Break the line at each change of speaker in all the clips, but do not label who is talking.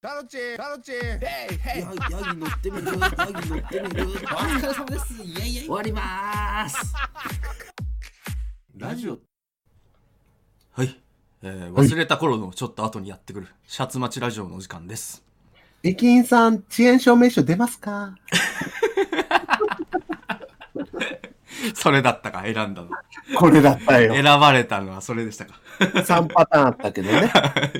タロチタロチヘイヘイ
ヤヤギ乗ってみるヤギ乗ってみるお疲れ様ですイエイイエイ終わりまー すラジオ
はい、えー忘れた頃のちょっと後にやってくるシャツ待ちラジオのお時間です
駅員さん、遅延証明書出ますか
それだったか選んだの
これだったよ。
選ばれたのはそれでしたか
3パターンあったけどね。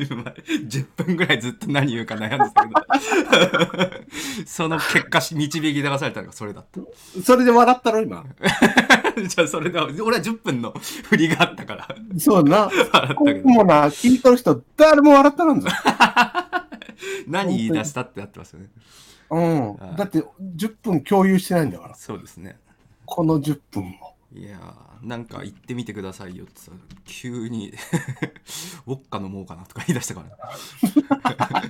今10分ぐらいずっと何言うか悩んでたけど その結果導き出されたのがそれだった
それで笑ったろ、今。
じゃあそれでは俺は10分の振りがあったから
そうな。
笑った
こ
け
う
ど
もな、聞いとる人、誰も笑ったらんぞ。
何言い出したってなってますよね
うん。だって、10分共有してないんだから。
そうですね
この10分も。
いやーなんか行ってみてくださいよってさ急に ウォッカ飲もうかなとか言い出したから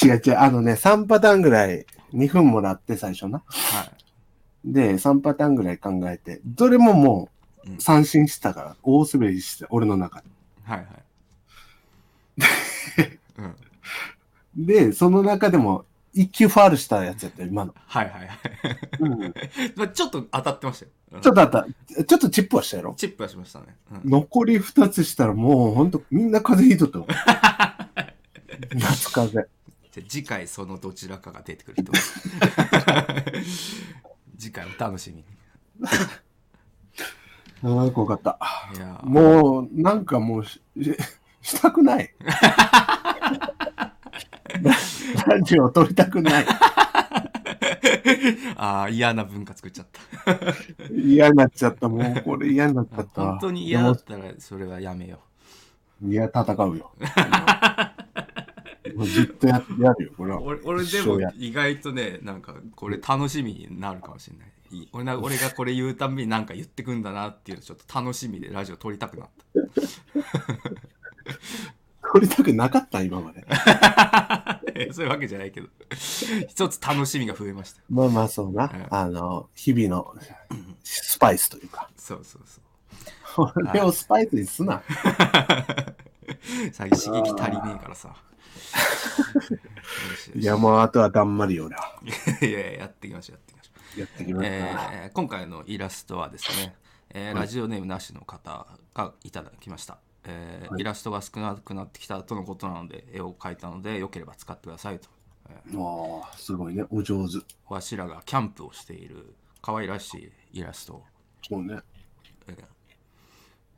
違う違う。あのね、3パターンぐらい、2分もらって、最初な。
はい
で、3パターンぐらい考えて、どれもも
う、
うん三振したから、大滑りして、俺の中で。
はいはい。 うん、
で、その中でも、1球ファールしたやつやったよ、今の。
はいはいは
うん。ち
い。 まあちょっと当たってましたよ。うん
ょっとあった。ちょっとチップはしたやろ
チップはしましたね。うん
残り2つしたらもうほんとみんな風邪ひいとったわ 夏風邪。
じゃあ次回そのどちらかが出てくると。 次回お楽しみに。
なんかよかった。
いやー
もうなんかもうしししたくない。ララジオ撮りたくない。
あー嫌な文化作っちゃった。
嫌になっちゃった。もうこれ嫌になっちゃったわ。
本当に嫌だったらそれはやめよ
いや、戦うよ。もうずっとややるよ、これ
う。
は。
俺俺で
一
も
生や
意外とね、なんかこれ楽しみになるかもしれない。いい俺な俺がこれ言うたんびになんか言ってくんだなっていうのちょっと楽しみでラジオ撮りたくなった。
撮りたくなかった、今まで。
えそういうわけじゃないけど、一つ楽しみが増えましたよ。
まあまあ、そうな
うん。
あの、日々のスパイスというか。
そうそうそう。
これをスパイスにすな。
最近刺激足りねえからさ。よしよし
いや、もうあとはだんまり俺は。
いやいや、やっていきましょう、やっていきましょう。
やってきましたな。
えー今回のイラストはですね、えーラジオネームなしの方がいただきました。えーイラストが少なくなってきたとのことなので、絵を描いたので、よければ使ってくださいと。
もう、すごいね。お上手。
わしらがキャンプをしている可愛らしいイラストを
そうね。
えー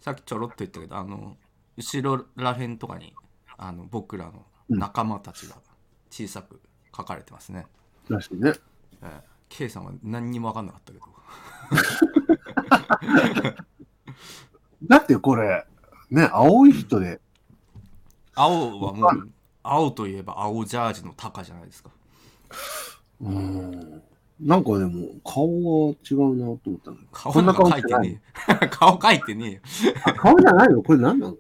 さっきちょろっと言ったけどあの後ろらへんとかにあの僕らの仲間たちが小さく書かれてますね、
らしいね。
えー K さんは何にも分かんなかったけど
だってこれ、ね、青い人で、
青はも
わか
う青といえば青ジャージのタカじゃないですか
うーん。なんかでも、顔が違うなと思ったの。
顔なんか描いてねえ顔描いてねえよ
あ、顔じゃないのこれ何なの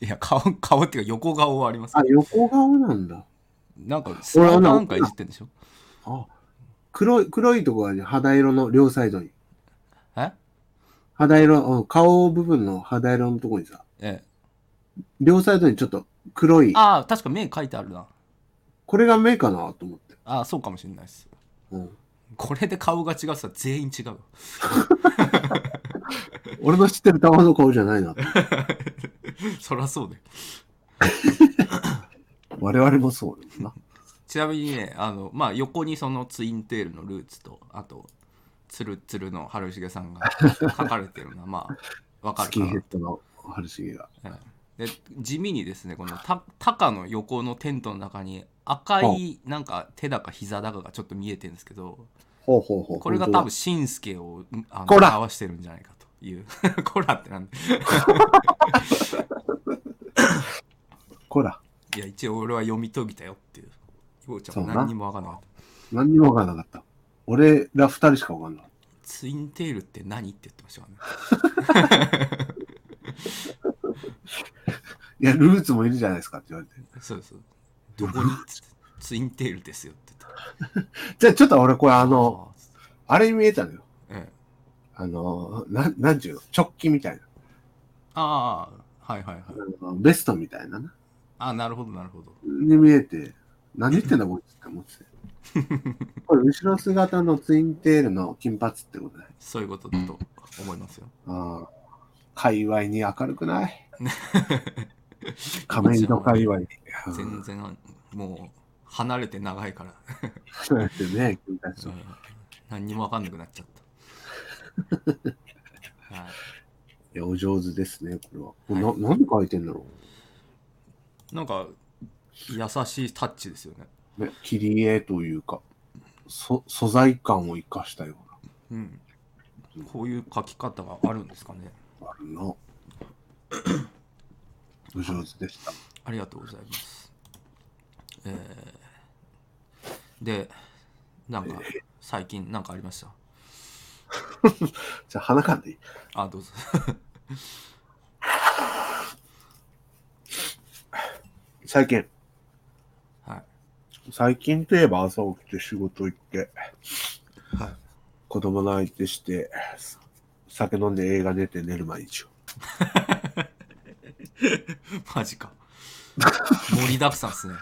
いや顔顔っていうか横顔はあります
あ、横顔なんだ。
なんかスマホなんかいじってんでしょ
あ、黒い、黒いとこがね、肌色の両サイドに。
え
肌色、うん顔部分の肌色のとこにさ、
ええ
両サイドにちょっと黒い。
ああ確か目描いてあるな
これが目かなと思って。
ああそうかもしれないです
うん。
これで顔が違うさ全員違う
俺の知ってる玉の顔じゃないなと思って。
そりゃそうだよ
我々もそうですな。
ちなみにねあの、まあ、横にそのツインテールのルーツとあとツルッツルの春重さんが書かれてるのはまあわか
スキンヘ
る
ッドの春重が。
かなで地味にですねこのタタカの横のテントの中に赤いなんか手だか膝だかがちょっと見えてるんですけど
ほうほうほう。
これが多分しんすけをあの
こら
表してるんじゃないかという コラってなんで
こら、
いや一応俺は読み解いたよっていうイボちゃん
そ
は
うな
何にもわかんなかった
何にもわからなかった。俺ら二人しかわかんない。
ツインテールって何って言ってましたからね
いや、ルーツもいるじゃないですかって言われて。
そうそう。どこにつツインテールですよって言って
じゃあちょっと俺これあの、、あれに見えたのよ。
あーええ、
あの、なん、なんちゅうの直帰みたいな。
ああ、はいはいはい。
あのベストみたいなな。
ああ、なるほどなるほど。
に見えて、何言ってんだこいつって思ってて。 これ後ろ姿のツインテールの金髪ってことだよ。
そういうことだと思いますよ。
ああ。界隈に明るくない仮面の界隈に。
全然もう離れて長いから、
そうやってね、君たちと
うん 何にも分かんなくなっちゃった。 はい
い や、お上手ですね、これは。これな、なんで書いてんだろ
なんか優しいタッチですよね。
う。ね、切り絵というか、そ素材感を生かしたよ
うん、こういう書き方があるんですかね。
うな、あるな。お上手でした。
ありがとうございます。えーで、なんか最近なんかありました
じゃあ、鼻かんでいい
あ、どうぞ。
最近、
はい。
最近といえば朝起きて仕事行って、
はい
子供の相手して、酒飲んで映画出て寝る毎日を。
マジか。盛りだくさんっすね。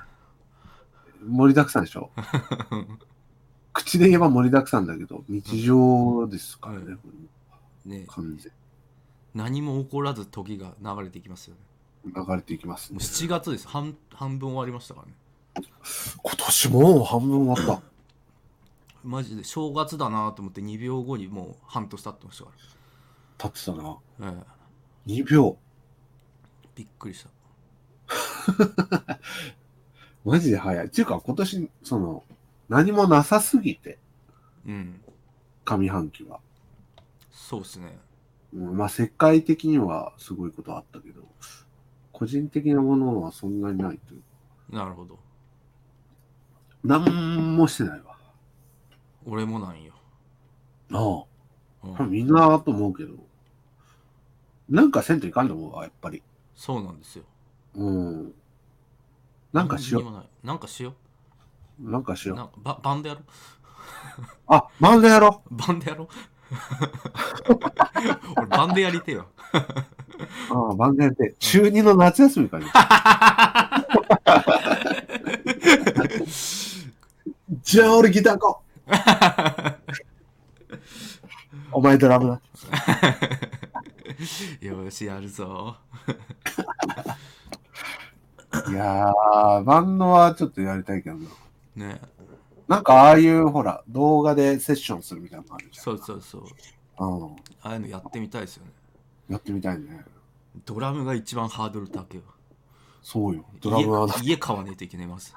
盛りだくさんで しょ口で言えば盛りだくさんだけど、日常ですからね、
うん
これ
ね
完全
何も起こらず時が流れていきますよね。
に流れていきます
も
ね
う。7月です。半半分終わりましたからね。
今年もう半分終わっ
マジで正月だなと思って2秒後にもう半年経ってましたか
た。経ってたな。
ら。え
2秒。
えびっくりした。
マジで早い。っていうか、今年、その、何もなさすぎて、
うん。
上半期は。
そうっすね。
うんまあ、世界的にはすごいことあったけど、個人的なものはそんなにないという。
なるほど。
なんもしてないわ。
俺もなんよ。
あ
うん
あ。みんなと思うけど、なんかせんといかんと思うわ、やっぱり。
そうなんですよ。
うん。なんかしよ
何にもない。なんかしよ
う。なんかし
う。
よ
な
う。
んかババンドやろ う。
あ、漫画やろ
バンドやろう。 俺バンドやりてえわ。
う。ああ、漫画やって。中二の夏休み かね。じゃあ俺ギター 行こう。お前ドラムだ。
よし、やるぞ。
いやー、バンドはちょっとやりたいけどな。
ね
なんかああいうほら、動画でセッションするみたいなのあるじ
そうそうそう。
ゃん。うん。
ああいうのやってみたいですよね。
やってみたいね。
ドラムが一番ハードル高いよ。
そうよ。ドラムはな。
家家買わねえといけないます。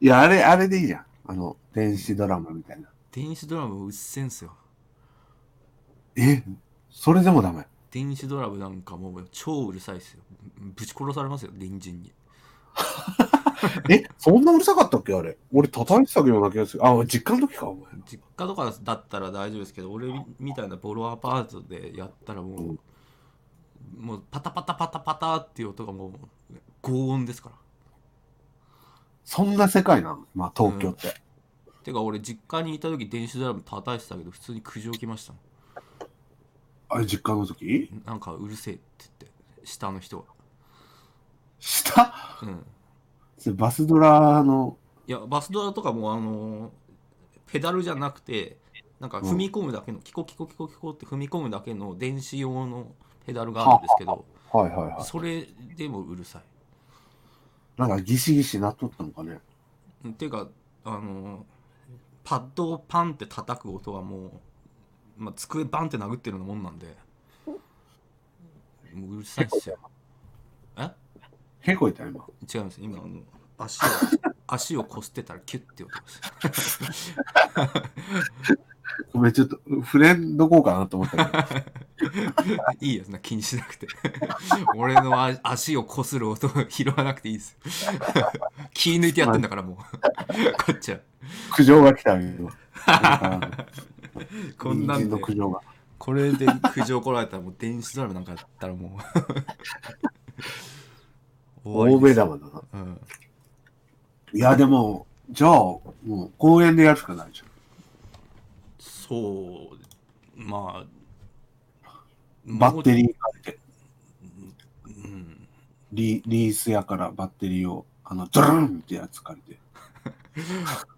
いや、あれ、あれでいいじゃん。あの、電子ドラマみたいな。
電子ドラムうっせんすよ。
えそれでもダメ。
電子ドラムなんかもう超うるさいっすよ。ぶぶち殺されますよ、隣人に。
えそんなうるさかったっけあれ。俺叩いてたような気がする。あ、実家の時か、お前。
実家とかだったら大丈夫ですけど、俺みたいなボロアパートでやったらもう、もうパタパタパタパタっていう音がもう、轟音ですから。
そんな世界なのまあ、東京って。
てか俺実家にいた時電子ドラム叩いてたけど普通に苦情来ましたも
あれ、実家の時
んなんかうるせえって言って下の人
下
がうん
それバスドラの、
いやバスドラとかもあのーペダルじゃなくてなんか踏み込むだけの、キコキコキコキコって踏み込むだけの電子用のペダルがあるんですけど
はいはいは
それでもうるさい
い。なんかギシギシなっとったのかね。
うんていうかあのーパッドをパンって叩く音はもう、まあ、机バンって殴ってるようなもんなんでもううるさいっすよえ
結構いた、今。
違います今あの足を足をこすってたらキュッて音がした
ごめん、ちょっと、フレンドこうかなと思ったけど。
いいやつな気にしなくて俺のあ足をこする音を拾わなくていいです気抜いてやってんだからもうこっちは
苦情が来たよ、 今。なんか
こんな
隣
ん
人
で
の苦情が。
これで苦情来られたらもう電子ドラムなんかやったらもう終
大
わり
目
です
玉だな。
うん、
いや、でも、じゃあ、もう公園でやるしかないじ
そうまあ
ゃん。バッテリー借りて、
うん
リリース屋からバッテリーをあの、ドランってやつ借りて。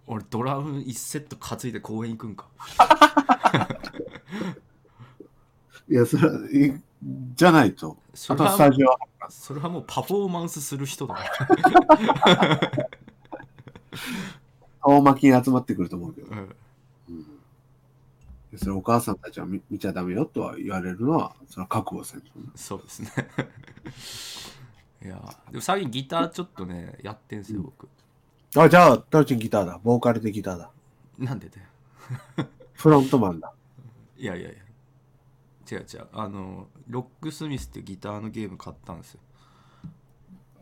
俺ドラム1セット担いで公園行くんか
いや、それは、いじゃないと。
そ
あ
れ
とスタ
は
ジオは
それはもうパフォーマンスする人だ ね
顔巻きに集まってくると思うけど。
うん
うんそれお母さんたちは見見ちゃダメよとは言われるのは、それは覚悟せんとね。
そうですね いやーでも最近ギターちょっとねやってんすよ僕
あ、じゃあ、タロチンギターだ。ボーカルでギターだ。
なんでだよ
フロントマンだ。
いやいやいや違う違うあのロックスミスってギターのゲーム買ったんですよ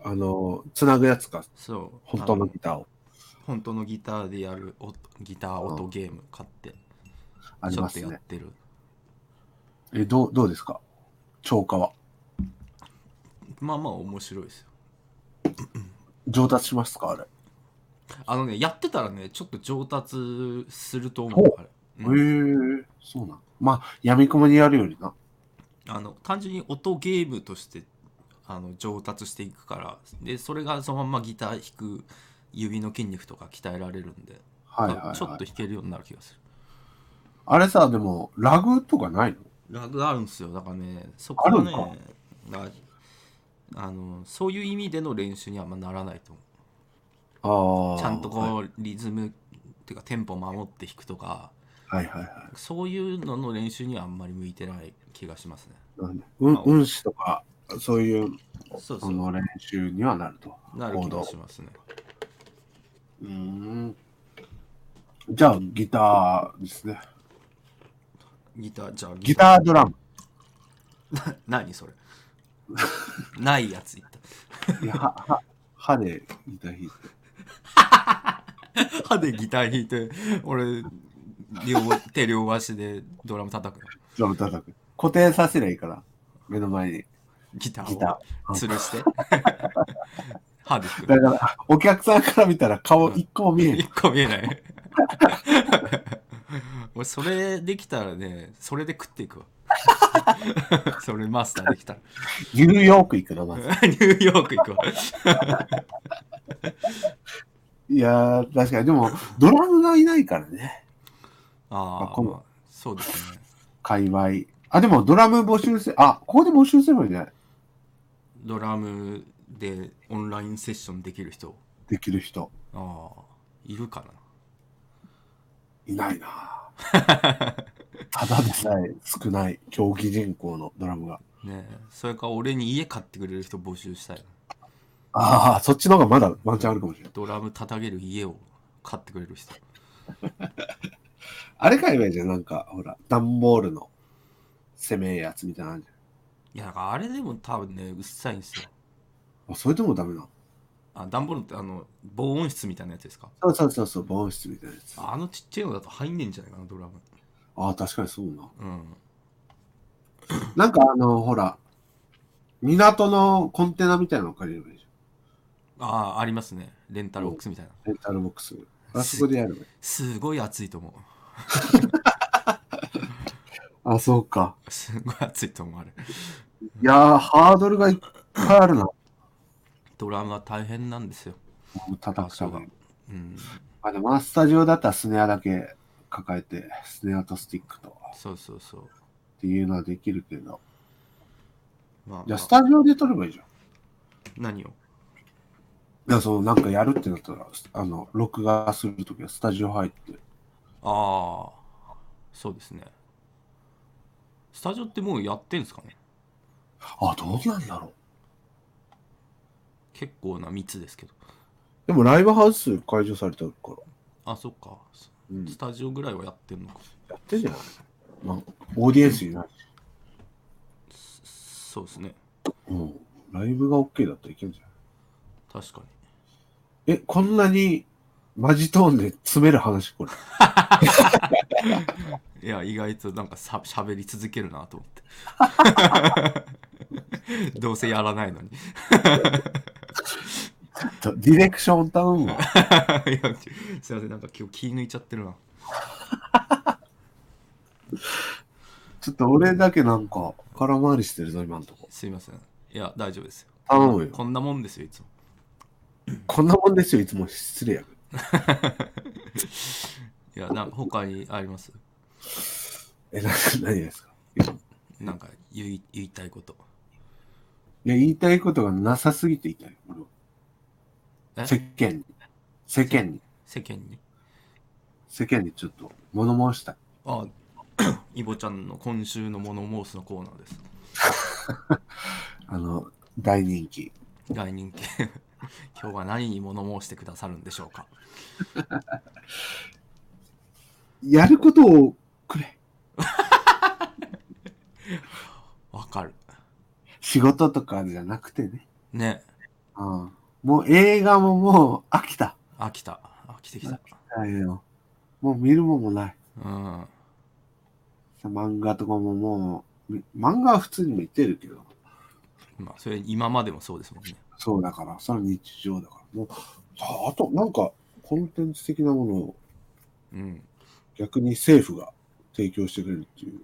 あの、つなぐやつか。
そう
本当の
あ
ギターを。
本当のギターでやる音ギター音ゲーム買って
あり
ちょ
ま
っと
す
やっ
ね。
てる
え、どう、どうですか超過は。
まあまあ面白いですよ
上達しますかあれ。
あのねやってたらねちょっと上達すると思う
ほ
あれうん
へえ、そうなん。まあ、やみくもにやるよりな。
あの単純に音ゲームとしてあの上達していくからでそれがそのままギター弾く指の筋肉とか鍛えられるんで、
はいはい、はい。
ちょっと弾けるようになる気がする
あれさ、でも、ラグとかないの
ラグあるんですよだからねそこはね
ある
ああのそういう意味での練習にはあんまならないと思
あ
う
あ。
ちゃんと
はい
こうリズムっていうかテンポ守って弾くとか
はいはいはい。
そういうのの練習にはあんまり向いてない気がしますね
なんで、うん、
あ
運指とか、そういう、
そうそ
そうの練習にはなると。
なる気がしますね
うーん。じゃあ、ギターですね。
ギターじゃあ
ギタードラム。
何それないやつ言っ
いや、は、は、歯でギター弾いて。
た歯でギター弾いて俺両手両足でドラム叩くの
ドラム叩く。固定させりゃいいから、目の前に。
ギター
ギタ
を吊るして歯で弾
だ
く
から、お客さんから見たら顔一個も見えない。
一個見えない 俺それできたらねそれで食っていくわそれマスターできたら
ニューヨーク行くの、ま
ニ
ず。
ューヨーク行くわ
いやー、確かに。でも、ドラムがいないからね。
あ
あ
あ、
こん
まあ、そうですね
界隈。あ、でも、ドラム募集せ、あ、ここで募集すればいいんじゃない
ドラムでオンラインセッションできる人
できる人。
ああいるかない
ない なただでさえ少ない競技人口のドラムが。
ねえそれか俺に家買ってくれる人募集したいな
ああ、そっちの方がまだワンチャンあるかもしれない。
ドラム叩ける家を買ってくれる人
あれかいばいいじゃん。なんか、ほら、段ボールの攻めえやつみたいなのあるじ
いやだからあれでも多分ねうっさいんですよ
ゃん。あ、それでもダメなの
あ段ボールってあの防音室みたいなやつですか
そうそうそうそう、防音室みたいなやつ。あ
あのちっちゃいのだと入んねえんじゃないかなドラム
あ、確かにそうな。
うん
なんかあの、ほら、港のコンテナみたいなの借りればいいじ
ああありますねレンタルボックスみたいな
ゃん。レンタルボックス。あそこでやればいい。
すごい暑いと思
あ、そうか。
うすごい暑いと思うあれ
いやー、ハードルがいっぱいあるな。
ドラムは大変なんですよ
叩くため
場所がうん
あ、でも、まあスタジオだったらスネアだけ抱えて、スネアとスティックとっ
そうそうそう
ていうのはできるけど。
まあ、
じゃ
まあ
あ、スタジオで撮ればいいじゃん。い
何を
や、その、なんかやるってなったら、あの、録画するときはスタジオ入って。
ああそうですねスタジオってもうやってんですかね
あ、どうなんだろう。
結構な密ですけど
でも、ライブハウス解除されてるから。
あそっか
うん。
スタジオぐらいはやってんのか
やってんじゃないまあ、オーディエンスいないし。
そうですね
うん。ライブが OK だったらいけるんじゃない
確かに
え、こんなに、マジトーンで詰める話これ。
いや意外となんかさ喋り続けるなと思 ってどうせやらないのに い
ちょ ディレクション頼むわ。
やすいませんなんか今日気抜いちゃってるな
ちょっと俺だけなんか空回りしてるぞ、今んとこ。
すいませんいや大丈夫ですよ
頼むよ。
こんなもんですよいつも
こんなもんですよ、いつも失礼や。
いや、なんか他にあります
え、なんか何ですか
なんか言い言いたいこと。
いや、言いたいことがなさすぎて痛い。俺は
え
世間に。世間に。
世間に。
世間にちょっと物申したい。
あ イボちゃんの今週の物申すのコーナーです。
あの、大人気。
大人気。 今日は何に物申してくださるんでしょうか。
やることをくれ。
わかる。
仕事とかじゃなくてね。
ね。
うん。もう映画ももう飽きた。
飽きた。飽きてきた。
あれよもう見るもんもない。
うん。
漫画とかももう、み漫画は普通に見てるけど、
まあ、それ今までもそうですもんね。
そうだから、その日常だから。もうああと、なんか、コンテンツ的なものを
うん。
逆に政府が提供してくれるっていう。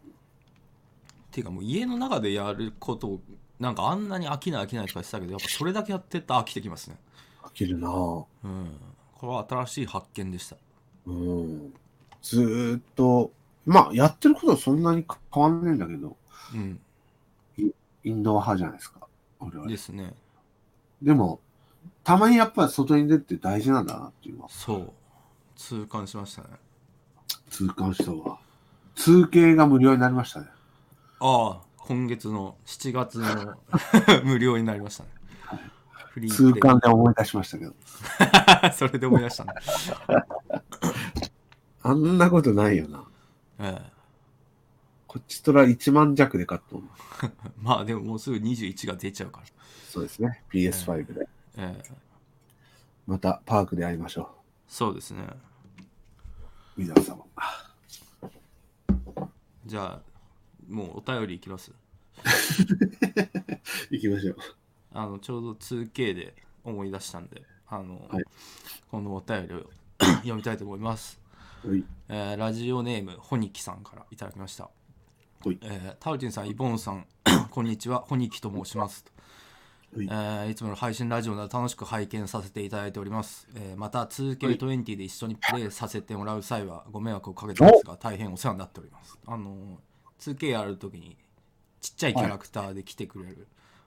ていうかもう家の中でやることをなんかあんなに飽きない飽きないとか言ってたけどやっぱそれだけやってったら飽きてきますね
飽きるなぁ。
うんこれは新しい発見でした
うん。ずーっと、まあ、やってることはそんなに変わんないんだけど、
うん
インドア派じゃないですか。俺は。
ですね
でも、たまにやっぱ外に出るって大事なんだなっていうのは
そう痛感しましたね
痛感したわ。通勤が無料になりましたね。
ああ今月の7月の 無料になりましたねフリ
通
で
感で思い出しましたけど。
それで思い出したね、
あんなことないよな。
え
こっちとら1万弱で買ったの。
え、まあでももうすぐ21が出ちゃうから
そうですね。PS5 で。
ええ
またパークで会いましょ
そうですね
う。皆様。
じゃあもうお便りいきます
行きましょう。
あのちょうど 2K で思い出したんであの、
はい
このお便りを 読みたいと思います、
はい。
えーラジオネームほにきさんからいただきました、
はい
えータウチンさんイボンさん こんにちはほにきと申します
はい
いえーいつもの配信ラジオなど楽しく拝見させていただいております、えーまた 2K20 で一緒にプレイさせてもらう際はご迷惑をかけてますが大変お世話になっておりますあの 2K やるときにちっちゃいキャラクターで来てくれる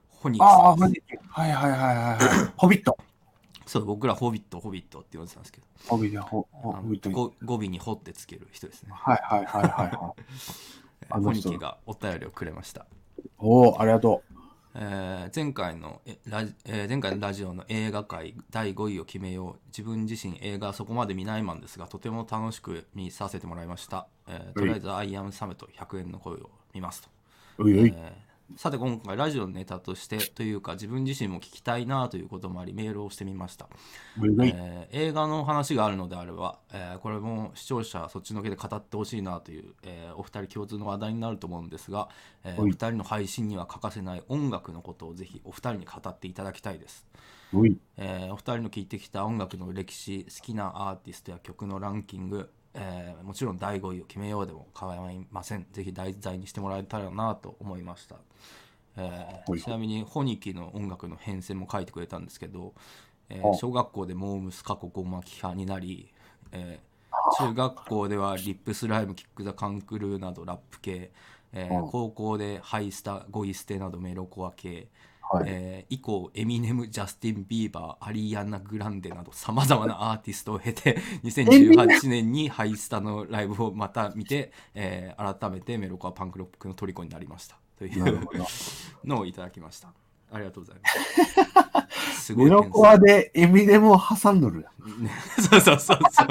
ホニキ
あ
さ
あ、
んです
マジはいはいはいはい。ホビット。
そう僕らホビットホビットって呼んでたんですけど
ホビット、ホホ
あ
ホ
の
ビットに。
ご語尾に「ほ」ってつける人ですね
はいはいはいはいはい。あ
ホ
の
ニ
人
キがお便りをくれました、
おお、ありがとう。
えー前回のえラジ、えー前回のラジオの映画界第5位を決めよう自分自身映画はそこまで見ないマンですがとても楽しく見させてもらいました、えーとりあえず「アイアムサムと100円の声を見ますと
おいおい。
えーさて今回ラジオのネタとしてというか自分自身も聞きたいなということもありメールをしてみました
おいおい。
えー映画の話があるのであれば、えーこれも視聴者そっちのけで語ってほしいなという、えーお二人共通の話題になると思うんですが、えー
はい
お二人の配信には欠かせない音楽のことをぜひお二人に語っていただきたいです、
おい。
えーお二人の聴いてきた音楽の歴史好きなアーティストや曲のランキング、えーもちろん第5位を決めようでも構いませんぜひ題材にしてもらえたらなと思いました、えー
はい
ちなみにホニキの音楽の編成も書いてくれたんですけど、えー
あ
小学校でモームス過去ゴマキ派になり、えー中学校ではリップスライムキック・ザ・カンクルーなどラップ系、えー
うん
高校でハイスタゴイステなどメロコア系、
はい。
えー以降エミネムジャスティン・ビーバーアリアナ・グランデなどさまざまなアーティストを経 て2018年にハイスタのライブをまた見て、えー改めてメロコアパンクロックの虜になりましたとい
なる
う
ほ ど。
のをいただきましたありがとうございますすご
メ
い
ロコアでエミネムを挟んどるやん。
ねそうそうそうそ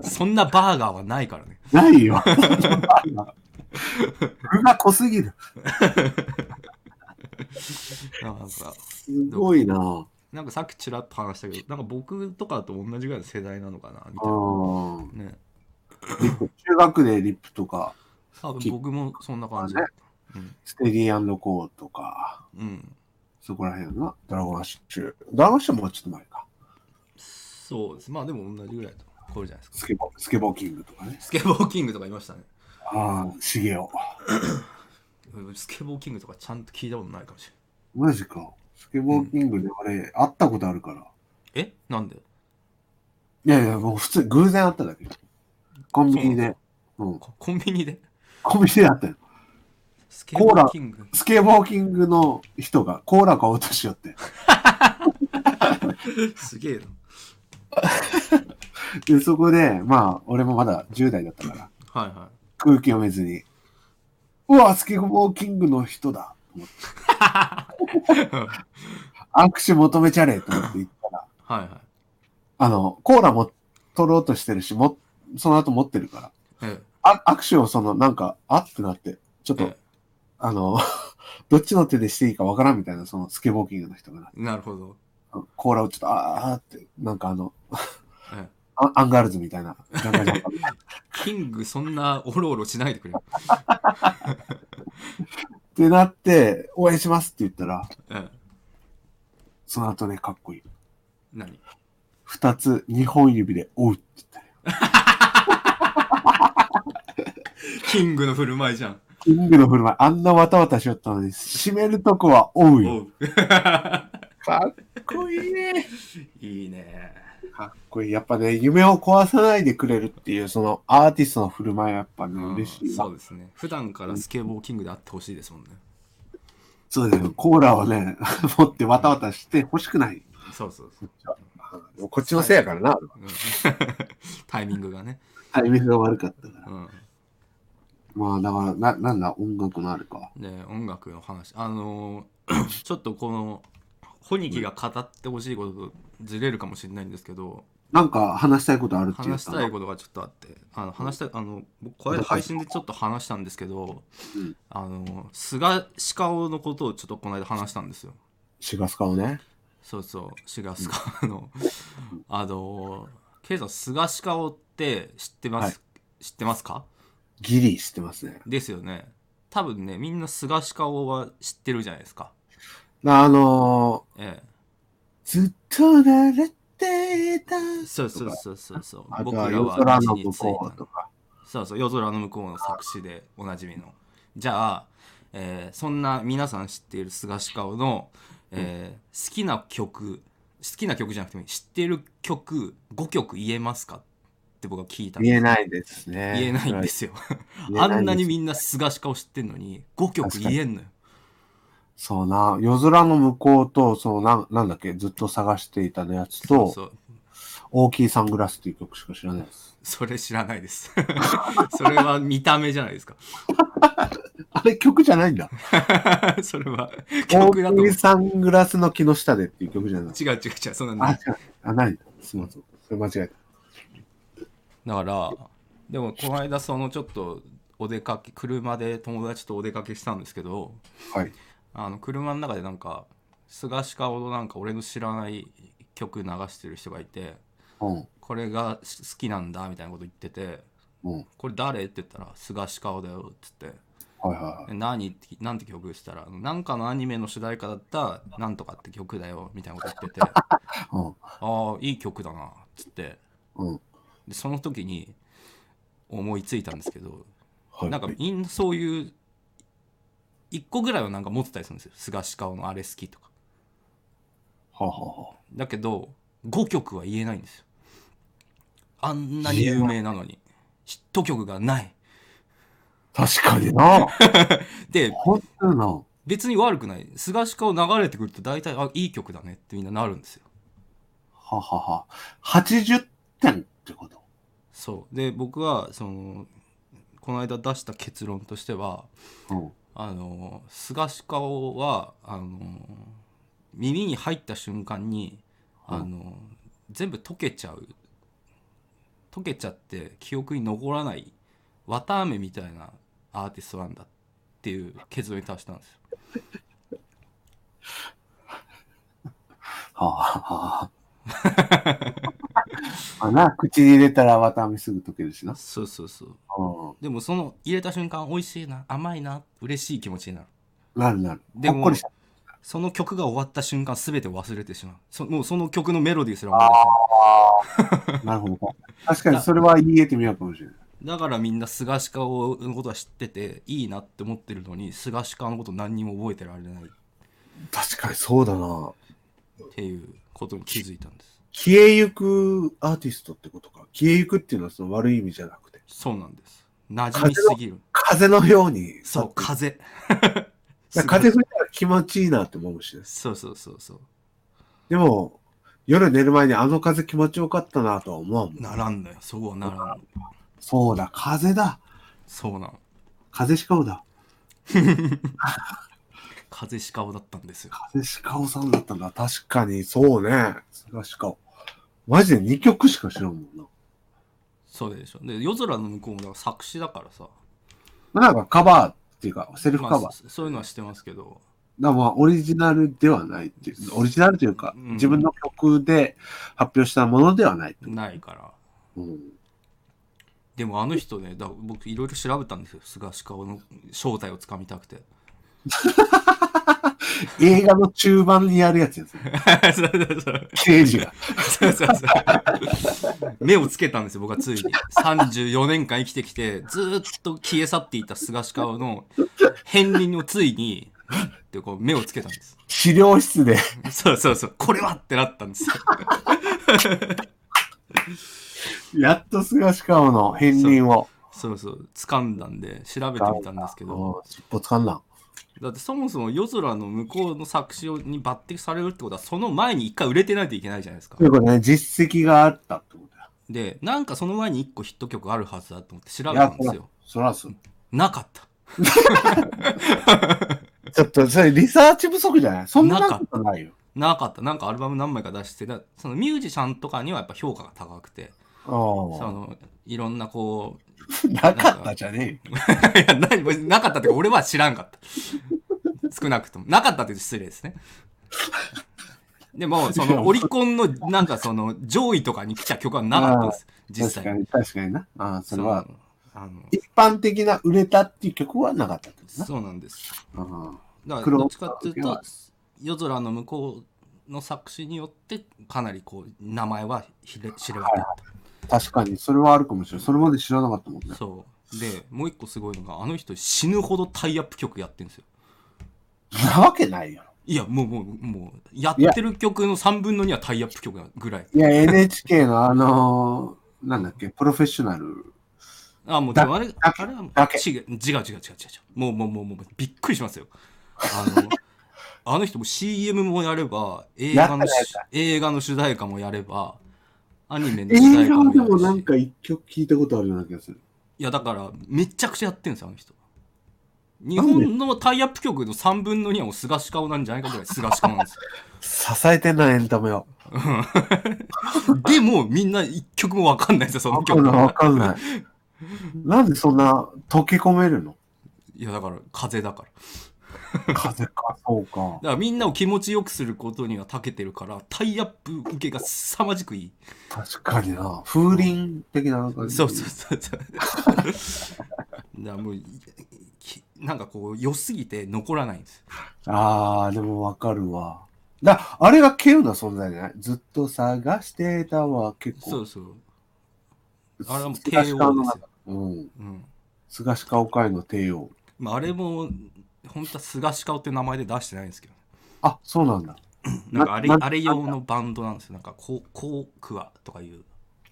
うそんなバーガーはないからね
ない よ。具が濃すぎる。
なんか
すごいなぁ。
なんかさっきちらっと話したけどなんか僕とかと同じぐらいの世代なのかなみたい
うん
なね
中学でリップとか、
多分僕もそんな感じだったうん
ステディコーとか、
うん、
そこら辺のドラゴンアッシュ。ドラゴンアッシュもちょっと前か。
そうです。まあでも同じぐらいと。これじゃないですか。
スケボー、スケボーキングとかね。
スケボーキングとかいましたね。
ああ、しげお。
うんスケボーキングとかちゃんと聞いたことないかもし
マジか。スケボーキングで俺、会ったことあるから。
えなんで
いやいや、もう普通、偶然あっただけ。コンビニで。うん。
ココンビニで
コンビニであったよ。
スケボーキング
スケボーキングの人がコーラ買おうとしよって。
すげえな
で、そこで、まあ、俺もまだ10代だったから、
はいは
空気読めずに、うわ、スケボーキングの人だと思って
いはい
握手求めちゃれと思って行ったら、
は
あの、コーラも取ろうとしてるし、も、その後持ってるから、
いえ
あ握手をその、なんか、あってなって、ちょっ
え
と、
え
あの、 どっちの手でしていいかわからんみたいな、そのスケボーキングの人がな、
えなるほど
コーラをちょっと、あーって、なんかあの、
え
あアンガールズみたいな。ジャンガジャンガ
キングそんなおろおろしないでくれ、
ってなって、応援しますって言ったら、
ええ、
その後ね、かっこいい。
何
二つ、二本指で、おうって言ったね。
キングの振る舞いじゃん
キングの振る舞い、あんなわたわたしよったのに、締めるとこは、おうよ。
おう
かっこいいね。
いいね
かっこいい。やっぱね、夢を壊さないでくれるっていう、そのアーティストの振る舞いはやっぱね、嬉し
うん
いわ
そうですね普段からスケボーキングであってほしいですもんね
そうだよ。コーラをね、 持ってわたわたして欲しくない。
そうそうそう、
こっちのせいやからな。
うん タイミングがね、
タイミングが悪かったから。
うん、
まあ、だから、な、なんだ、音楽のあれか。
で音楽の話あのー ちょっとこのホニキが語ってほしいこととずれるかもしれないんですけど
なんか話したいことあるって言っ
話したたい
の
ことがちょっとあってあの話したいあの僕これ配信でちょっと話したんですけど、
うん
あの菅鹿尾のことをちょっとこの間話したんですよ
シガスカをね。
そうそう菅鹿尾の、あのーケイさん菅鹿尾って知ってます、知ってますか
ギリ知ってますね。
ですよね多分ねみんな菅鹿尾は知ってるじゃないですか
あの
え
ー、
え
ずっと慣れていた。
そうそうそうそうそう
あと
僕
は
ら
夜空
は
の
地に
向
ついた
こうとか。
そうそう夜空の向こうの作詞でおなじみのじゃあ、えーそんな皆さん知っている菅氏顔の、えー好きな曲好きな曲じゃなくてもいい知ってる曲5曲言えますかって僕は聞いた
言え
い
ないですね。。
言えないんですすよあんなにみんな菅氏顔知ってんのに5曲言えんのよ
そうな。夜空の向こうと、そのなん、なんだっけ、ずっと探していたのやつと、
そう
大きいサングラスっていう曲しか知らないです。
それ知らないです それは見た目じゃないですか
あれ曲じゃないんだ。
それは
大
曲だと思う
きいサングラスの木の下でっていう曲じゃない。
違う違う違うそんなの
あ、違う。あ、ないんだ。すみません。それ間違えた。
だからでもこの間そのちょっとお出かけ車で友達とお出かけしたんですけど
はい。
あの車の中でなんか菅氏顔のなんか俺の知らない曲流してる人がいて
うん。
これが好きなんだみたいなこと言ってて
うん。
これ誰って言ったら菅氏顔だよっつって
はいはいはい。
え何ってなんて曲って言ったらなんかのアニメの主題歌だったなんとかって曲だよみたいなこと言っててあ
う
あいい曲だなっつって
ん。うん。
でその時に思いついたんですけど
はい。
なんかみんなそういう一個ぐらいはなんか持ってたりするんですよ菅氏顔のあれ好きとか
はあはあはあ
だけど5曲は言えないんですよあんなに有名なのにヒット曲がない
確かにな。
で
本当にな。
別に悪くない菅氏顔流れてくると大体あいい曲だねってみんななるんですよ
ははは。80点ってこと。
そうで僕はそのこの間出した結論としては
うん。
あの菅氏顔はあの耳に入った瞬間に
うん
あの全部溶けちゃう溶けちゃって記憶に残らない綿あめみたいなアーティストなんだっていう結論に達したんですよ。
はあ はあ。あな、口に入れたらわたあめすぐ溶けるしな。
そうそうそう
う
でもその入れた瞬間美味しいな甘いな嬉しい気持ちになる
ん。なるなる。
でも
ほっこりした。
その曲が終わった瞬間全て忘れてしまうそもうその曲のメロディーすら思い出せない
なるほど。確かにそれは言えてみようかもしれない。
だからみんな菅氏顔のことは知ってていいなって思ってるのに菅氏顔のこと何にも覚えてられないっ
確かにそうだな。
ていうことに気づいたんです
消えゆくアーティストってことか。消えゆくっていうのはその悪い意味じゃなくて、
そうなんです馴染みすぎる
風のように。
そう
風。
風
だから風吹いたら気持ちいいなって思うしね。
そうそうそうそう
でも、夜寝る前にあの風気持ちよかったなとは思うもん。
ならんのよそうはならんの
そうだ、風だ。
そうなの
風しかおだ。
風しかおだったんですよ
風しかおさんだったんだ。確かに、そうね。菅しかお。マジで2曲しか知らんもんな。
そうでしょで夜空の向こうもだから作詞だからさ
なんかカバーっていうか、セルフ
ま
カ
あ
バー。
そそういうのはしてますけど
だからまあ、オリジナルではないっていう、オリジナルというか、
うん
自分の曲で発表したものではない。
ないから
うん、
でもあの人ねだ僕いろいろ調べたんですよ菅氏顔の正体をつかみたくて
映画の中盤にやるやつやつ。
そうそうそう
刑事が。
そうそうそう目をつけたんですよ僕はついに34年間生きてきてずーっと消え去っていた菅氏顔の片鱗をついにってこう目をつけたんです
資料室で
そうそうそうこれはってなったんですよ
やっと菅氏顔の片鱗を。
そうそう掴んだんで調べてみたんですけど
うん尻尾つかんな。
だってそもそも夜空の向こうの作詞に抜擢されるってことはその前に一回売れてないといけないじゃないですか
ということね、実績があったってことだ。
でなんかその前に一個ヒット曲あるはずだと思って調べたんですよ
そらそう。
なかった
ちょっと、それリサーチ不足じゃないそんなことないよ。
なかったなんかアルバム何枚か出してだそのミュージシャンとかにはやっぱ評価が高くて
あ
そ
あ
のいろんなこう
なかったじゃねえよ。
いや何もなかったっていうか俺は知らんかった少なくともなかったって言うと失礼ですねでもそのオリコンのなんかその上位とかに来た曲はなかったです実
確か
際
に、確かにな。ああ、それは
う。あの
一般的な売れたっていう曲はなかったんですな。
そうなんです
うん
だから
黒
どっちかっていう
黒
と
は
夜空の向こうの作詞によってかなりこう名前はひれ知れ渡っ
確かに、それはあるかもしれない。それまで知らなかったもんね
た。そうでもう一個すごいのがあの人死ぬほどタイアップ曲やってるんですよ
なわけない よ。
いやもうもうもうやってる曲の3分の2はタイアップ曲ぐらい
いや、NHK のあのーなんだっけ、プロフェッショナル。
あもうで
だ
もあれ
だけ
あれはも
だけ
う違う違う違う違う違うもうもうもうもうびっくりしますよあ のあの人も CM もやれば映画
や
の
ったやっ
し映画の主題歌もやればアニメの主題
映
歌
画
も
で
やる
も
し
なんか一曲聞いたことあるような気がする。
いやだからめちゃくちゃやってるんですよあの人日本のタイアップ曲の3分の2はもう菅氏顔なんじゃないかぐらい菅氏顔なんです
支えてんな、エンタメを。
よでもみんな一曲もわかんないですよその
わかん
曲
ない、わかんない。なんでそんな溶け込める の
いやだから風だからだ
風か、そうか。
からみんなを気持ちよくすることには長けてるからタイアップ受けが凄まじくいい
確かにな。風鈴的な感じ。
そうそうそうそうだからもういきなんかこう良すぎて残らないんです
ああ、でもわかるわ。だ、あれが稀有な存在じゃないずっと探してたわ、結構。
そうそうあれはもう帝
菅氏顔
王
の
です
中
よ、
うん。
うん
菅氏顔界の帝王。
まあ、あれも本当は菅氏顔って名前で出してないんですけど
あ、そうなんだ。
なんかあれ
な
あれ用のバンドなんですよなんかこうこうクワとかいう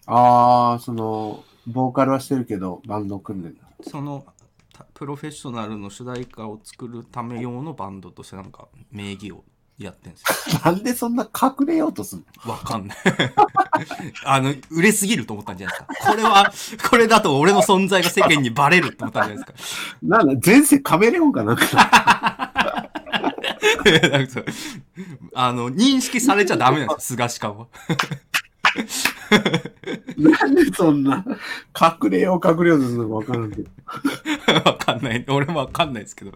ああ、その、ボーカルはしてるけど、バンド組んでんだ。
そのたプロフェッショナルの主題歌を作るため用のバンドとしてなんか名義をやってんです
なんでそんな隠れようとする
よわかんない あの売れすぎると思ったんじゃないですかこれはこれだと俺の存在が世間にバレると思ったんじゃないですか
のなんだ、前世カメレオンかなんか。
なんかそう あの認識されちゃダメなんですよ菅氏顔は
なんでそんな、隠れよう隠れようとするのかわからんけど。
わかんない俺もわかんないですけど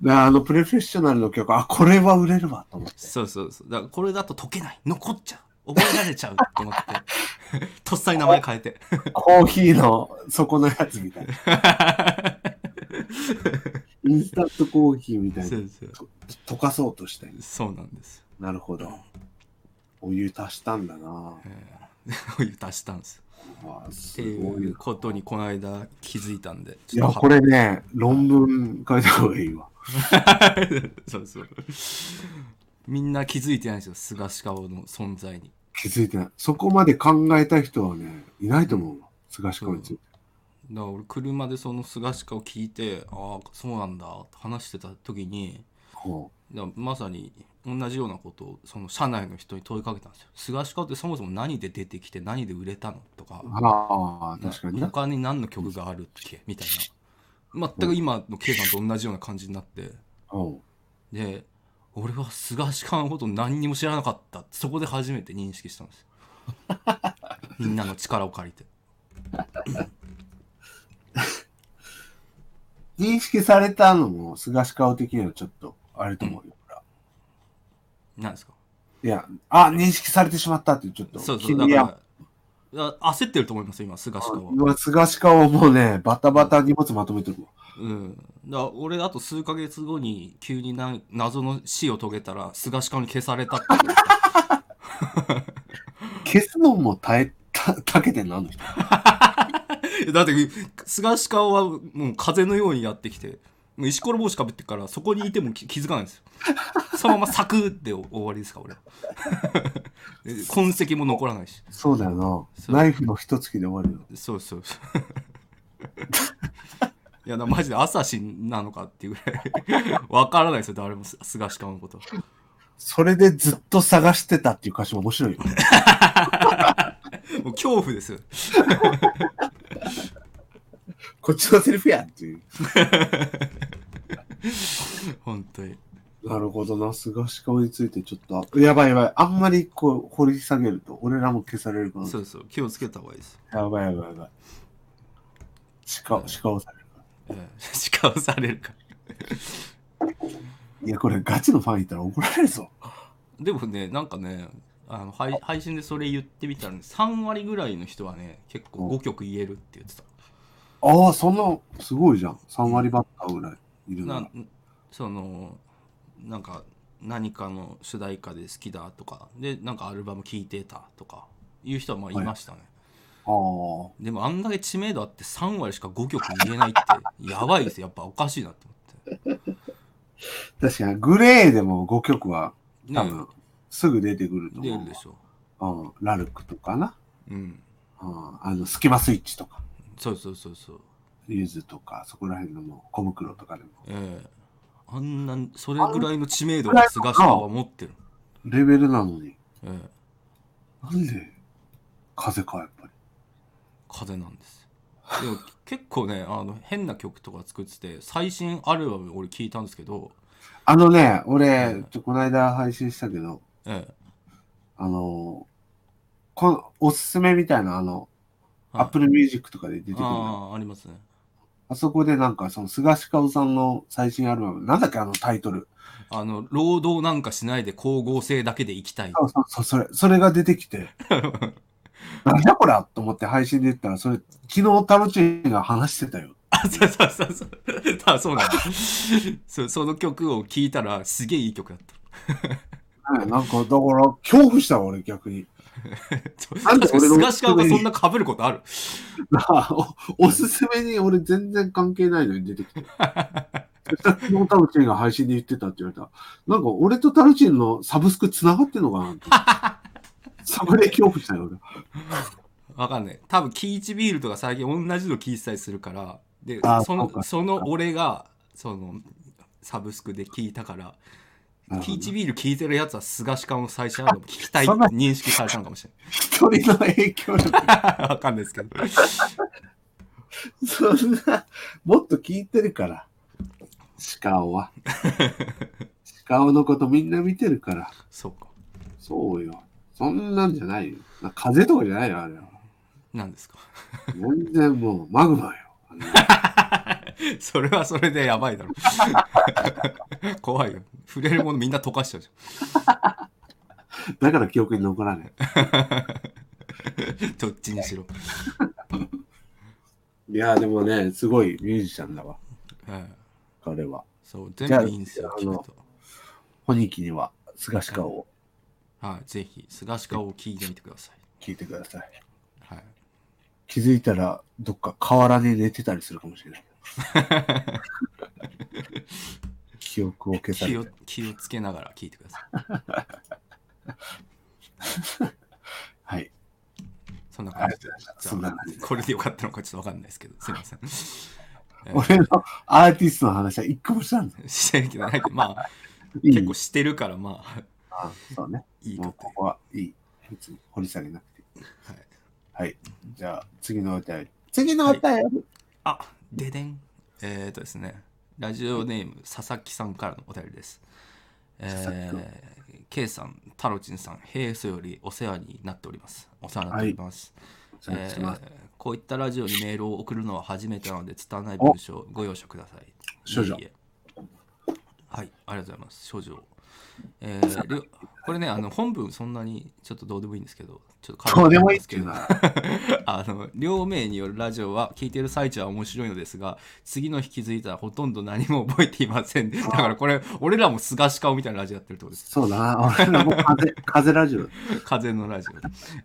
なあの、プロフェッショナルの曲、あ、これは売れるわ、と思って。
そうそうそうだからこれだと解けない残っちゃう覚えられちゃうと思って とっさに名前変えて
コーヒーの底のやつみたいな。インスタントコーヒーみたい
そ
な。
うそう
溶かそうとして。
そうなんです、
なるほど。お湯足したんだな。
えー、お湯足したんです
わあ
っ
す
て
ご
い。
いう
ことにこの間気づいたんで
い
ち
や、
ょっと
これ ね、論文書いた方がいいわ。
そうそうみんな気づいてないんですよ菅氏顔の存在に
気づいてない。そこまで考えた人はね、いないと思うわ。菅氏川について。
だから俺車でその菅氏顔聞いてああそうなんだって話してた時に
ほ
だからまさに同じようなことをその社内の人に問いかけたんですよ菅氏顔ってそもそも何で出てきて何で売れたのとか
うああ、確かにね。
他に何の曲があるっけみたいな全く今の K さんと同じような感じになって
ほ
で俺は菅氏川のこと何にも知らなかったそこで初めて認識したんで すよみんなの力を借りて
う認識されたのも、菅氏川的にはちょっと、あれと思うよ。ほら
なんですか
いや、あ、認識されてしまったっていう、ちょっと、
そうそう
君
だ
や
からだから焦ってると思いますよ今菅氏川は
今、菅氏川はもうね、バタバタ荷物まとめてるわ。
うんだから俺あと数ヶ月後に急にな謎の死を遂げたら菅氏川に消されたっていう
消すのも耐え、た、 たけてんのあの人。
だって菅氏川はもう風のようにやってきてもう石ころ帽子かぶってっからそこにいても気気づかないんですよそのままサクって終わりですか俺は で痕跡も残らないし
そうだよ
そう
な。ナイフの一突きで終わるよ。
そうそう そういやだからマジで朝死なのかっていうぐらい わからないですよ誰もす菅氏川のこと
それでずっと探してたっていう歌詞も面白いよ。
もう恐怖ですよ
こっちのセリフやっていう。
本当に
なるほどな。菅氏顔についてちょっと、やばいやばい。あんまりこう、掘り下げると、俺らも消されるから。
そうそう気をつけた方がいいです、
やばいやばいやばい。鹿を、鹿をされる。
ええ、 鹿をされるから
いや、これガチのファンいたら怒られるぞ。
でもねなんかねあの配配信でそれ言ってみたら、ね、3割ぐらいの人はね結構5曲言えるって言ってた
ああ、そんな、すごいじゃん。3割バッターぐらいいるな
なそのなんか何かの主題歌で好きだとかでなんかアルバム聴いてたとかいう人はまあいましたね、
ああ。
でもあんだけ知名度あって3割しか5曲言えないってやばいですよやっぱおかしいなって思っ
確かに、グレーでも5曲は
て
多分、すぐ出てくると
ね出
思う
るでしょ
うん。ラルクとかな。
うん
うん。あの、スキマスイッチとか、
そうそうそうそう
ユズとか、そこら辺のもう、小袋とかでも。
ええあんなそれぐらいの知名度を菅下は持ってる、
レベルなのに。
ええ、
なんで、風か、やっぱり。
風なんですでも結構ねあの変な曲とか作ってて最新アルバム俺聞いたんですけど、
あのね、
う
俺
ん、
ちょこの間配信したけど、
ええ
あのーこのおすすめみたいな、あの、
はい
Apple Music とかで出てくるの
ああありますね
あそこでなんか、その、菅氏香さんの最新アルバム、なんだっけ、あのタイトル。
あの労働なんかしないで光合成だけで生きたい
そうそうそう、それ、それが出てき て、なんだこらと思って配信で言ったら、それ、昨日タロチンが話してたよ。
あそう そうそうそうあそうなんだ そその曲を聴いたらすげえいい曲だった
ねなんか、だから、恐怖したわ、俺、逆に。なんで
確かに
俺
菅
の
氏川がそんな被ることある
なあおおすすめに俺全然関係ないのに出てきて。そしたら昨日タロチンが配信で言ってたって言われたら。なんか俺とタロチンのサブスク繋がってんのかなって。サブで恐怖したよ俺。
わかんない多分キーチビールとか最近同じの聞いてたりするからで
あ
そ
そうかそう
の
か
その俺がそのサブスクで聞いたから
なるほ
キ
ど
ー
ね
チビール聞いてるやつは菅氏の最初アルバム聞きたいって認識されたのかもしれ
一人の影響力。
ない わかんないですけど
そんな、もっと聞いてるから。鹿尾は。鹿尾のことみんな見てるから。
そうか
そうよ。そんなんじゃないよ。な風邪とかじゃないよ、あれは。
なんですか
全然もうマグマよ。あんな
それはそれでやばいだろ 怖いよ触れるものみんな溶かしちゃうじ
だから記憶に残らない。
ゃん どっちにしろ、
いや、でもね、すごいミュージシャンだわ、
ええ
彼は。
そう全部いいんですよ
じゃあ
聞くと
ホニキには、菅氏顔を
はいぜひ菅氏を聞いてみてください
聞いてください。
はい
気づいたら、どっ か河原で寝てたりするかもしれない。記憶を消され
気
た
を。気をつけながら聞いてください。
はい。
そんな感じで
ありがとうございまし。た
じ
そんな
ゃ
感じで
あ、これでよかったのかちょっとわかんないですけど、すいません。 えー
俺のアーティストの話は一個もしたんだよ。
してるけど、なんかまあ、
いい
結構してるから、まあ、
あそうね。
いいか
もう
とい
こ
う。
こはいい。別に掘り下げなくていい。
はい、
はい。じゃあ、次のお便り。次のお便り。
あででん。えっ、とですね、ラジオネーム、佐々木さんからのお便りです。
佐々
え
木君
ー、K さん、タロチンさん、平素よりお世話になっております。お世話になっております。
お世話になってます
えーこういったラジオにメールを送るのは初めてなので、拙い文章をご容赦ください。
少女
いえいえはい、ありがとうございます。少女。えー、りょこれね、あの本文そんなにちょっとどうでもいいんですけど、ちょっと軽く
どうでもいいっていうな。
あの両名によるラジオは聞いてる最中は面白いのですが次の日気づいたらほとんど何も覚えていませんだからこれ俺らも菅氏顔みたいなラジオやってるってことです
そうだな。俺らも 風、風ラジオ。
風のラジオ、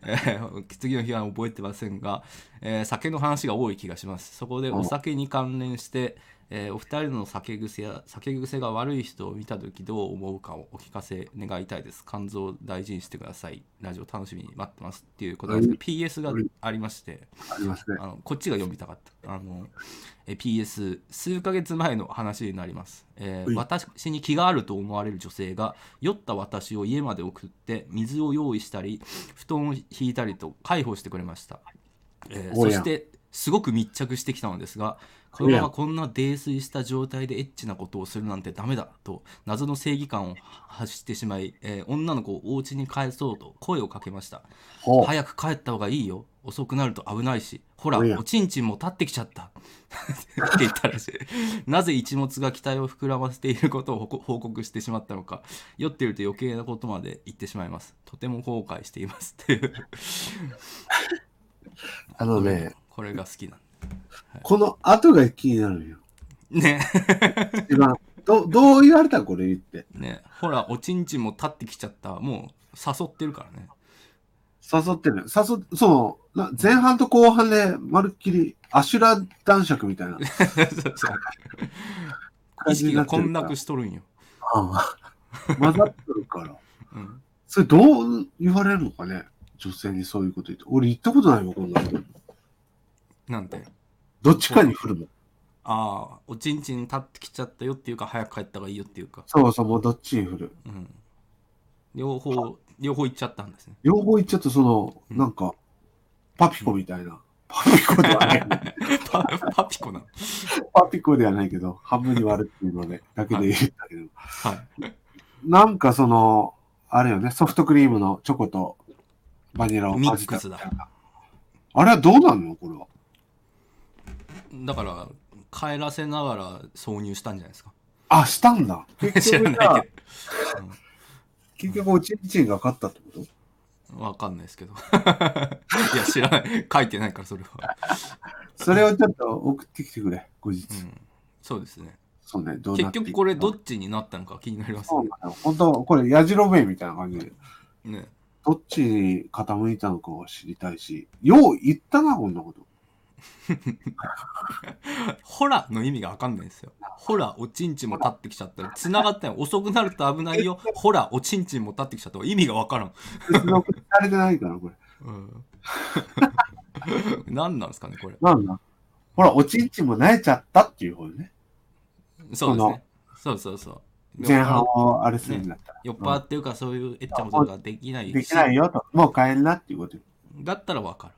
えー次の日は覚えてませんが、えー酒の話が多い気がしますそこでお酒に関連して、えーお二人の酒癖や酒癖が悪い人を見た時どう思うかをお聞かせ願いたいです肝臓を大事にしてくださいラジオ楽しみに待ってますっていうことなんですけど PS がありまして
ありますね。
あのこっちが読みたかった。あのえ PS 数ヶ月前の話になります、えー
うい
私に気があると思われる女性が酔った私を家まで送って水を用意したり布団を引いたりと介抱してくれました、えー
お
そ
や
してすごく密着してきたのですがこのままこんな泥酔した状態でエッチなことをするなんてダメだと謎の正義感を発してしまい、えー女の子をお家に帰そうと声をかけました
ほう。
早く帰った方がいいよ遅くなると危ないしほら
おや
おちんちんも立ってきちゃった って言ったらしい なぜ一物が期待を膨らませていることを報告報告してしまったのか酔っていると余計なことまで言ってしまいますとても後悔していますっていう
あのね、
これが好きなん
この後が気になるよ。
ね
一番。どどう言われたこれ言って。
ねほらおちんちんも立ってきちゃったもう誘ってるから ね
誘ってる。誘っ、そう、な前半と後半で、まるっきり、アシュラ男爵みたいな
そうそう
感
意
じに
識
な
が
ってる
混
から
濁。しとるんよ、
うん混ざってるから。
うん、
それどう言われるのかね女性にそういうこと言って。俺言ったことないよ、こんなこと。
なんて
どっちかに振るもん。
ああおちんちん立ってきちゃったよっていうか早く帰った方がいいよっていうか
そうそう、もうどっちに振る。
うん、両方両方行っちゃったんですね。
両方言っちゃうと、その、
うん
なんか、パピコみたいな。パピコでは ない。
パパピコなの。
パピコではないけど、半分に割るっていうので、だけで言うんだけど。
はい。
なんかその、あれよね、ソフトクリームのチョコとバニラを混ぜた
ミックスだ
あれはどうなんのこれは。
だから帰らせながら挿入したんじゃないですか。
あ、したんだ。結
知ら
局じゃ
ない
あ
け
結局おちんちんが勝ったってこと
ど。 わかんないですけど。いや知らない。書いてないからそれ は。
それをちょっと送ってきてくれ、後日。
うん。そうですね。
そうね、どうな
結
っていく
局これどっちになったのか気になります
そう
よ
なの。本当これ、やじろべえみたいな感じで、
ね。ね。
どっちに傾いたのかを知りたいし、よう言ったな、こんなこと。
ホラの意味がわかんないんですよ。ホラおちんちんも立ってきちゃったら繋がったよ。遅くなると危ないよ。ホラおちんちんも立ってきちゃったら意味がわからん。
別に送られてないから、これ。
うん。何なんですかねこれ。
なんだほら、おちんちんも慣れちゃったっていう方ね。
そうですね。そうそうそう。
前半をあれするんだったら。
酔っ払ってるからそういうエッチなことができないし
できないよと。もう帰んなっていうことよ。
だったらわかる、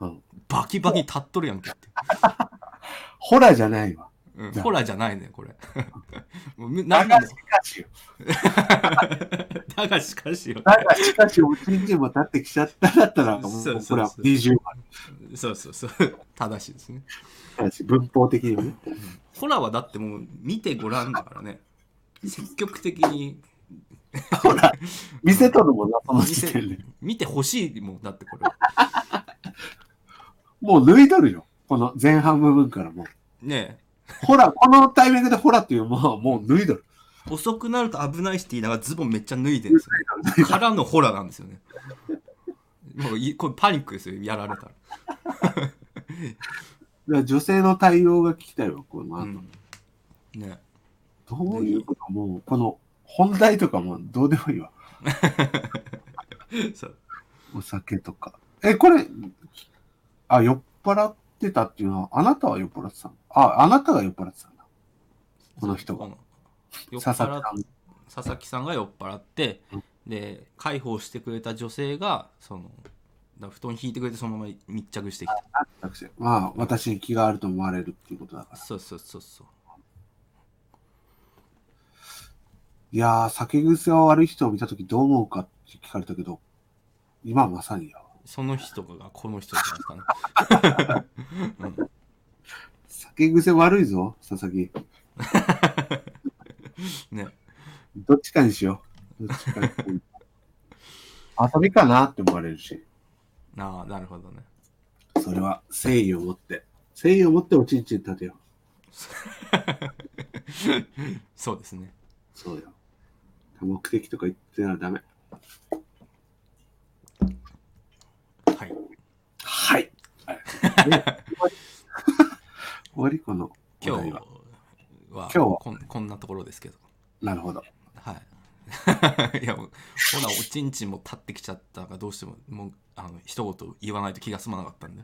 うん
バキバキ立っとるやんけって、
ホラーじゃないわ。
うん、
じゃあ
ホラーじゃない ねこれもうみ
だ
何な
が
の
しかしよ。
だがしかしよ
だがしかし、おちんちんも立ってきちゃっただったら、も
そうそう
う
そ
こ
う
れは20番
そうそうそう正しいですね
だし、文法的にもね。
ホラーはだってもう見てごらんだからね積極的に
ほら、見せとるもんな、その
見
時点で
せ。見てほしいもんだってこれ
もう脱いどるよ。この前半部分からもう。
ね
ほら、このタイミングでほらっていうものはもう脱いどる。
え遅くなると危ないしって言いながらズボンめっちゃ脱いでるんですよ からのホラーなんですよ ね。もういこれパニックですよ、やられたら。
だから女性の対応が聞きたいわ、この後。
うんね、
どういうことかもう、この本題とかもどうでもいいわ。
そう
お酒とか。え、これ、あ、酔っ払ってたっていうのは、あなたは酔っ払ってたのあ、あなたが酔っ払ってたんだ。この人が
あ酔っ
佐
払
々
っ
木さん。
佐々木さんが酔っ払って
うん
で介抱してくれた女性がそのだ布団引いてくれてそのまま密着してきた
私まあ、私に気があると思われるっていうことだから。
そうそうそうそう
いやー、酒癖が悪い人を見たときどう思うかって聞かれたけど、今まさにやわ。
その人がこの人じゃないですかね、うん
酒癖悪いぞ、佐々木。
ね
どっちかにしよう。どっちかに。遊びかなって思われるし、
ああなるほどね
それは誠意を持って、誠意を持っておちんちん立てよう。
そうですね
そうよ。目的とか言ってならダメ。
はい
はい。終わりこのお
今
題
日
は。今
は
日は
こんこんなところですけど
なるほど。
はいいやほ らおちんちんも立ってきちゃったがどうしてももうあの一言言わないと気が済まなかったんで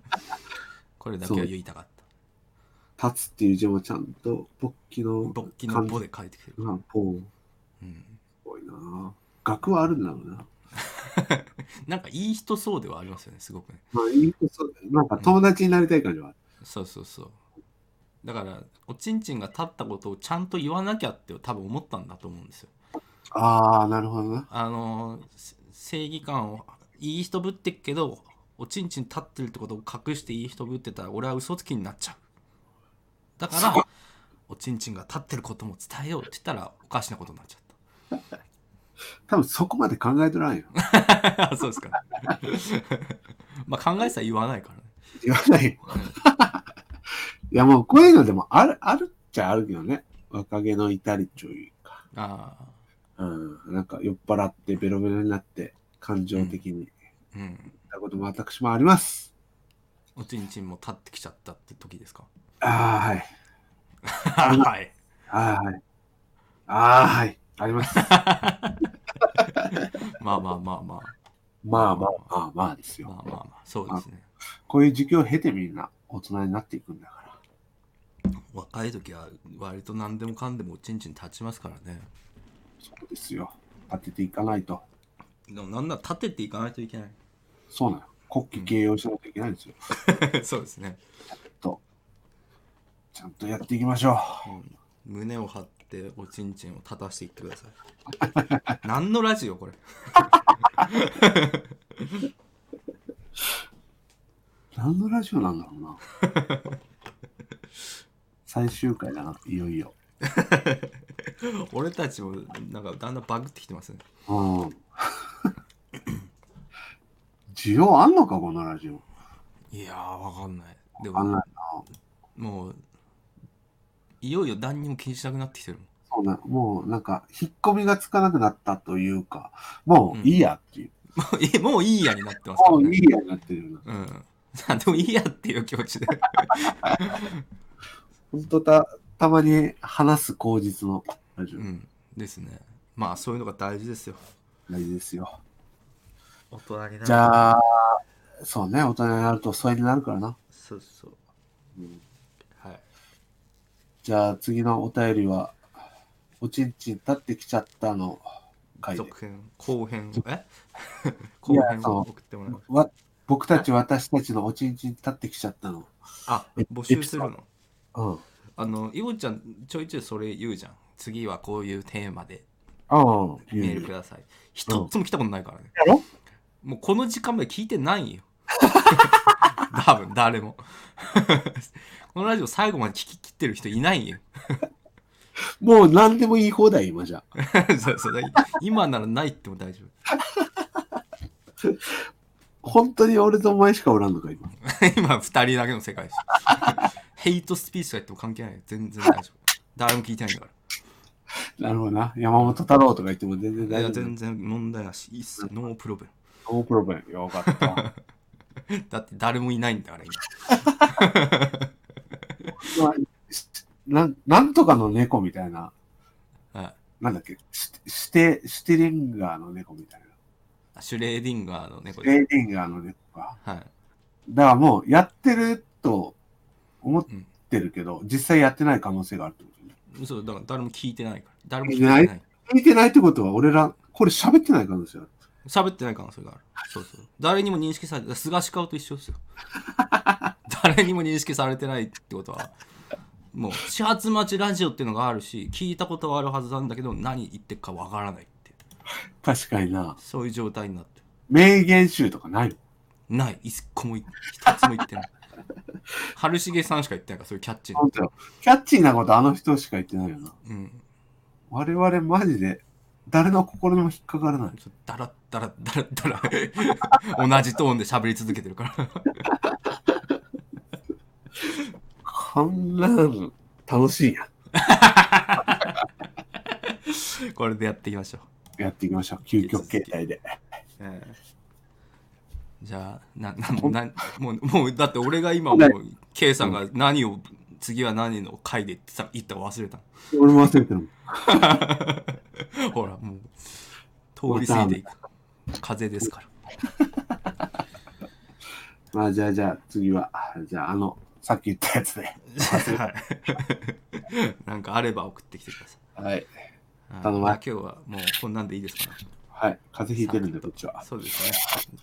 これだけは言いたかった
立つっていう字もちゃんと、勃起の、
勃起のボで書いてきてる、
まあ、ポーン。
うん、
すごいなぁ学はあるんだろうな。
なんかいい人そうではありますよねすごくね
まあ、いいそうなんか友達になりたい感じはある。
そうそうそうだからおちんちんが立ったことをちゃんと言わなきゃって多分思ったんだと思うんですよ
ああ、なるほどな。
あのせ正義感をいい人ぶってっけどおちんちん立ってるってことを隠していい人ぶってたら俺は嘘つきになっちゃうだからおちんちんが立ってることも伝えようって言ったらおかしなことになっちゃっ
多分そこまで考えとらんよ。
た あそうですかまあ考えてたら言わないからね
言わないよ。 いや、もうこういうのでもある、あるっちゃあるけどね。若気の至りちょいか。
ああ
うん。なんか酔っ払ってベロベロになって、感情的に。
うん
なことも私もあります。
おちんちんも立ってきちゃったって時です か
ああ、はい。
はい
ああ、はい。ああ、はい。あります。
まあまあまあまあ
まあまあまあまあです
ま
よ。
あまあまあそうですね
こういう時期を経てみんな大人になっていくんだから。
若い時は割と何でもかんでもおちんちん立ちますからね
そうですよ。当てていかないと。
でもなんなら立てていかないといけない
そうなの。国旗形容しないといけないんですよ。
そうですね、
ちゃんとやっていきましょう。
うん胸を張っておちんちんを立たしていってください何のラジオこれ
何のラジオなんだろうな。最終回だな、いよいよ。
俺たちもなんかだんだんバグってきてますね
うん。 需要あんのか、このラジオ。
いやーわかんないで
あん
も
ない。
もういよいよ何にも気にしなくなってきてるもん
そうな、もうなんか、引っ込みがつかなくなったというか、もういいやっていう。
もういもういいやになってますから
もう
ね
いいやになってるよな。
うん なんでもいいやっていう気持ちで
ほんとた、たまに話す口実のラジ
う
オ、
んですねまあそういうのが大事ですよ
大事ですよ。
大人になる
じゃあ、そうね、大人になると疎遠になるからな。
そうそうはい
じゃあ次のお便りは、おちんちん立ってきちゃったの回で。
続編後編をえ 後編を送ってもらいます
わ僕たち、私たちのおちんちん立ってきちゃったの。
あ
え
募集するの
うん。
あのいおちゃんちょいちょいそれ言うじゃん次はこういうテーマで
ああ、
メールください一つも来たことないからね
やろ
もうこの時間まで聞いてな いよ多分誰も このラジオ最後まで聞き切ってる人いないよ
もう何でも言い放題、今じゃ。
そうそう今ならないっても大丈
本当に俺とお前しかおらんのか、今。
夫今二人だけの世界です ヘイトスピーチとか言っても関係ないよ全然大丈夫誰も聞いてないんだから
なるほどな。山本太郎とか言っても全然
いや
大丈夫
全。然問題なし、いいっすよ、ノープロブレ
ノープロブレム。よか った。
ム。だって誰もいないんだから今。
まあなんなんとかの猫みたいな
はい
なんだっけ、シシテ、シテリンガーの猫みたいな。
シュレーディンガーの猫
シ
です。
テリンガーの猫か。
はい。
だからもう、やってると思ってるけど、実際やってない可能性があるってことね。
そう、だから誰も聞いてないから。誰も聞
聞
い
い
て
て
な
ない
い。
聞いてないってことは、俺ら、これ喋ってない可能性ある。
喋ってない可能性がある。そうそう。誰にも認識されて、菅氏顔と一緒ですよ。 誰にも認識されてないってことは、もう始発待ちラジオっていうのがあるし、聞いたことはあるはずなんだけど、何言ってるかわからないって、
確かにな。
そういう状態になってる
名言集とかないの
ない、一個もい一つも言ってない。春重さんしか言ってないから、そういうキャッチーな
本当よキャッチーなことあの人しか言ってないよな。
うん。
我々マジで、誰の心にも引っかからない。
ちょだらだらだらだら同じトーンで喋り続けてるから
こんなの楽しいや
これでやっていきましょう、
ん。やっていきましょう。究極形態で。
じゃあななもうなもうもうだって俺が今もう K さんが何を次は何の回でってさ言ったか忘れた
俺も忘れてるもん。
ほらもう通り過ぎていく風ですから
まあじゃあじゃあ次は、じゃああの、さっき言ったやつで。
はい なんかあれば送ってきてください
はい。
はい
頼む
まあ今日はもうこんなんでいいですかね
はい。風邪ひいてるんで、こっちは。
そうですね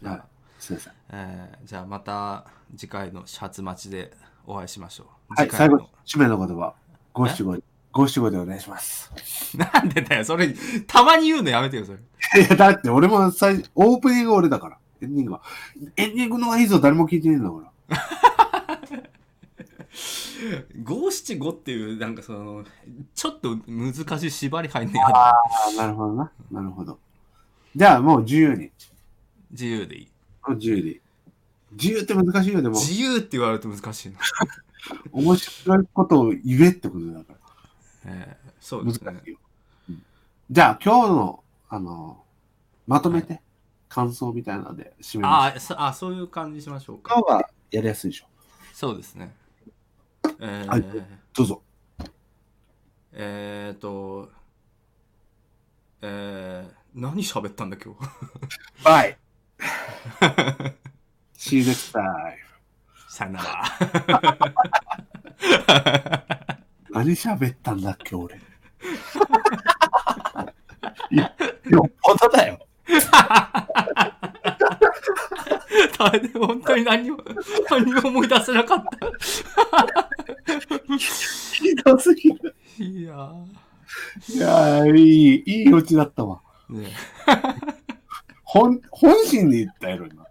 じゃあ
はいすいません。
えーじゃあまた次回のシャツ待ちでお会いしましょう。
はい、
次
最後
回の
に、締めの言葉、五七五で、五七五でお願いします。
なんでだよ、それ、たまに言うのやめてよ、それ。
いや、だって俺も最、オープニング俺だから。エンディングは。エンディングの方がいいぞ、誰も聞いてねえんだから。
五七五っていう、なんかその、ちょっと難しい縛り入んねやだ。
ああ、なるほどな。なるほど。じゃあもう自由に。
自由でいい。
もう自由に。自由って難しいよ、でも。
自由って言われると難しいな。
面白いことを言えってことだから。
えーそう
難
で
し
すね。
いよ。うんじゃあ今日の、あの、まとめて、感想みたいなので締めましょ
あーそあ、そういう感じしましょう
う。
か。
今日はやりやすいでしょ。
そうですね。え
はい
ー、
どうぞ。
えーと、えー、何喋ったんだ、今日。
バ イ See you next time.
さよなら。
何喋ったんだっけ、 俺。いや、よっぽどだよ。
誰も本当に何も、何も思い出せなかった。
ひどすぎる。
いやー
いやー、いい、いいオチだったわ。
ね
本、本心で言ったやろ、今。